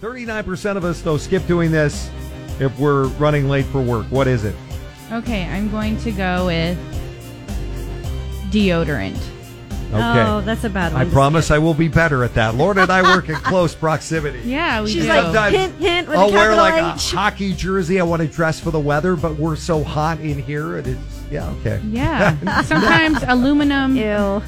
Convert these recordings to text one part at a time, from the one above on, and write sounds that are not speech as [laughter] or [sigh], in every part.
39% of us, though, skip doing this if we're running late for work. What is it? Okay, I'm going to go with deodorant. Okay. Oh, that's a bad one. I to promise skip. I will be better at that. Lord and I work [laughs] in close proximity. Yeah, we She's do. like, Sometimes hint, hint, with a I'll wear like capital a [laughs] H. hockey jersey. I want to dress for the weather, but we're so hot in here. It is, yeah, okay. [laughs] yeah. Sometimes aluminum Ew.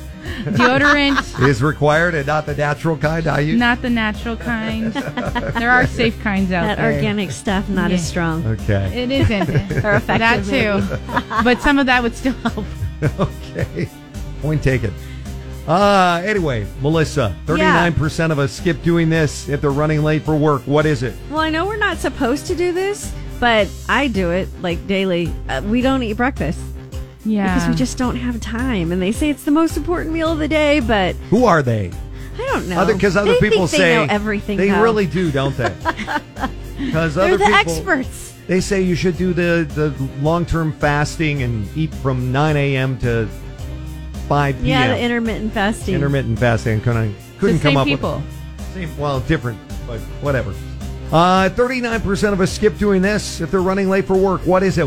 deodorant, [laughs] Is required and not the natural kind I use. not the natural kind. There are safe kinds out That there. organic stuff not as Yeah. strong. Okay. It [laughs] isn't. Or effective. that maybe. too. But some of that would still help. [laughs] okay. Point taken. Uh, anyway, Melissa, 39% of us skip doing this if they're running late for work. What is it? Well, I know we're not supposed to do this, but I do it like daily. Uh, we don't eat breakfast Yeah. because we just don't have time. And they say it's the most important meal of the day, but Who are they? I don't know. Other because other Oh. They people think they say know everything. They though. really do, don't [laughs] they? Because they're other the people, experts. They say you should do the the long term fasting and eat from 9 a.m. to 5 p.m. Yeah, the intermittent fasting. intermittent fasting. Couldn't couldn't the come same up people. with same well different, but whatever. Uh, 39% of us skip doing this if they're running late for work. What is it?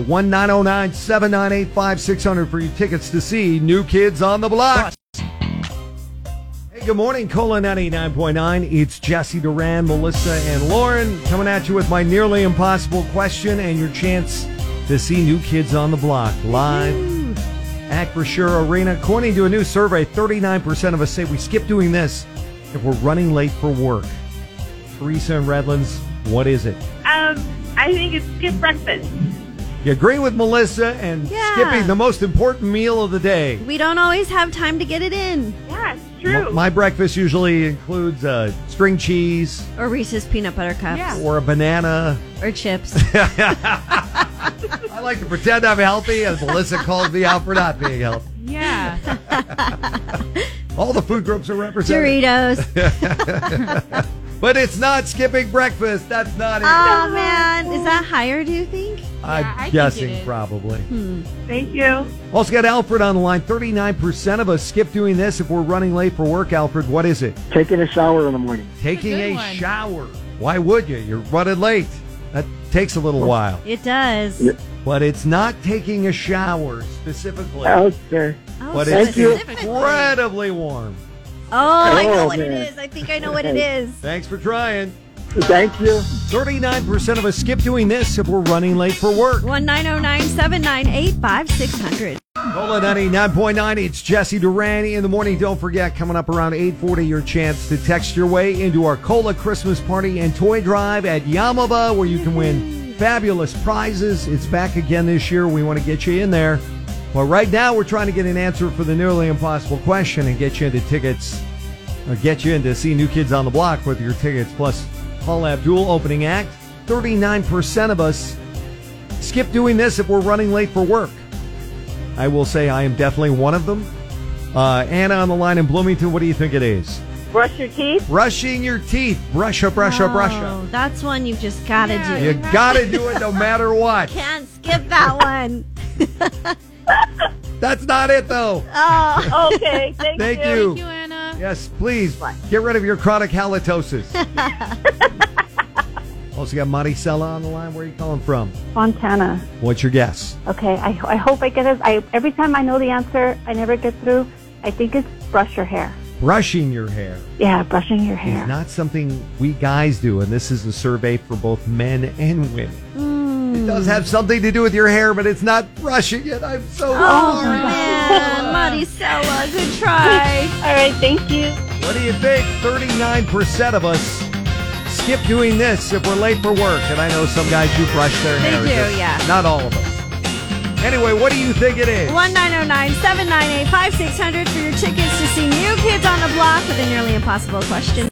1-909-798-5600 for your tickets to see New Kids on the Block. Hey, good morning, Cola 99.9. It's Jesse Duran, Melissa, and Lauren coming at you with my nearly impossible question and your chance to see New Kids on the Block live at Brasure Arena. According to a new survey, 39% of us say we skip doing this if we're running late for work. Teresa in Redlands, what is it? Um, I think it's skip breakfast. You agree with Melissa and Yeah. skipping the most important meal of the day. We don't always have time to get it in. Yeah, it's M- true. My breakfast usually includes uh, string cheese Or Reese's peanut butter cups. Yeah. or a banana. [laughs] Or chips. I like to pretend I'm healthy, and Melissa calls me out for not being healthy. [laughs] Yeah. All the food groups are represented, [laughs] Doritos. but it's not skipping breakfast. That's not it. oh man. Is that higher, do you think? I'm Ah. I think it Hmm. guessing is. probably. Thank you. Also got Alfred on the line. Thirty-nine percent of us skip doing this if we're running late for work. Alfred, what is it? Taking a shower in the morning. Taking good a one. shower. Why would you? You're running late. That takes a little while. It does. Yeah. But it's not taking a shower specifically. Okay. Oh, But so it's Thank you. specifically. incredibly warm. Oh, I know Oh, what man. it is. I think I know what it is. Thanks for trying. Thank you. 39% of us skip doing this if we're running late for work. One nine zero nine seven nine eight five six hundred. Cola 99.9, it's Jesse Duran in the morning. Don't forget, coming up around 8.40, your chance to text your way into our Cola Christmas party and toy drive at Yamaba, where you can win fabulous prizes. It's back again this year. We want to get you in there. But right now, we're trying to get an answer for the nearly impossible question and get you into tickets, or get you into see New Kids on the Block with your tickets, plus Paul Abdul opening act. 39% of us skip doing this if we're running late for work. I will say I am definitely one of them. Uh, Anna on the line in Bloomington, what do you think it is? Brush your teeth. Brushing your teeth. Brush up, brush up, brush up. Oh, That's one you've just got to do. You gotta do it no matter what. [laughs] Can't skip that one. That's not it though. Oh, Okay, thank, Thank you. you. Thank you, Anna. Yes, please get rid of your chronic halitosis. also got Maricela on the line. Where are you calling from? Fontana. What's your guess? Okay, I, I hope I get it. I, every time I know the answer, I never get through. I think it's brush your hair. Brushing your hair Yeah, brushing your is hair. not something we guys do, and this is a survey for both men and women. It Hmm. does have something to do with your hair, but it's not brushing it. I'm so Oh, sorry. [laughs] man. Maricela, good try. All right, thank you. What do you think? 39% of us skip doing this if we're late for work. And I know some guys do brush their hair. do, just yeah. Not all of us. Anyway, what do you think it is? One nine zero nine seven nine eight five six hundred for your tickets to see New Kids on the Block with a nearly impossible question.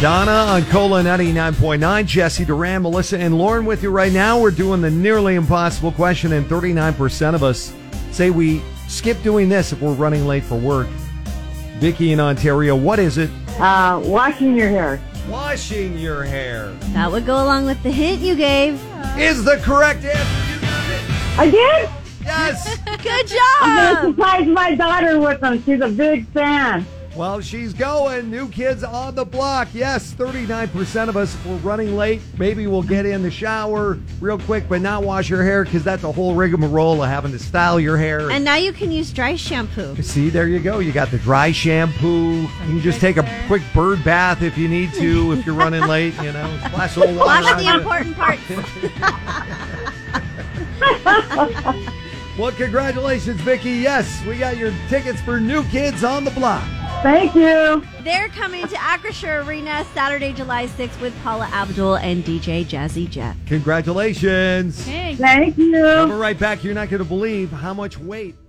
Donna on Cola 99.9, Jesse Duran, Melissa, and Lauren with you right now. We're doing the nearly impossible question, and 39% of us say we skip doing this if we're running late for work. Vicky in Ontario, what is it? Uh, washing your hair. Washing your hair That would go along with the hint you gave. is the correct answer. You got it. I did. Yes. Good [laughs] I'm gonna job. [laughs] surprise my daughter with them. She's a big fan. Well, she's going. New kids on the block. Yes, 39% of us were running late. Maybe we'll get in the shower real quick, but not wash your hair because that's a whole rigmarole of having to style your hair. And now you can use dry shampoo. See, there you go. You got the dry shampoo. You can just take a quick bird bath if you need to, if you're running late, you [laughs] know. Splash a little Oh, water That's on the you. important part. Well, congratulations, Vicky. Yes, we got your tickets for New Kids on the Block. Thank you. They're coming to Acrisure Arena Saturday, July 6th with Paula Abdul and DJ Jazzy Jeff. Congratulations. Hey, Thank you. We're right back. You're not going to believe how much weight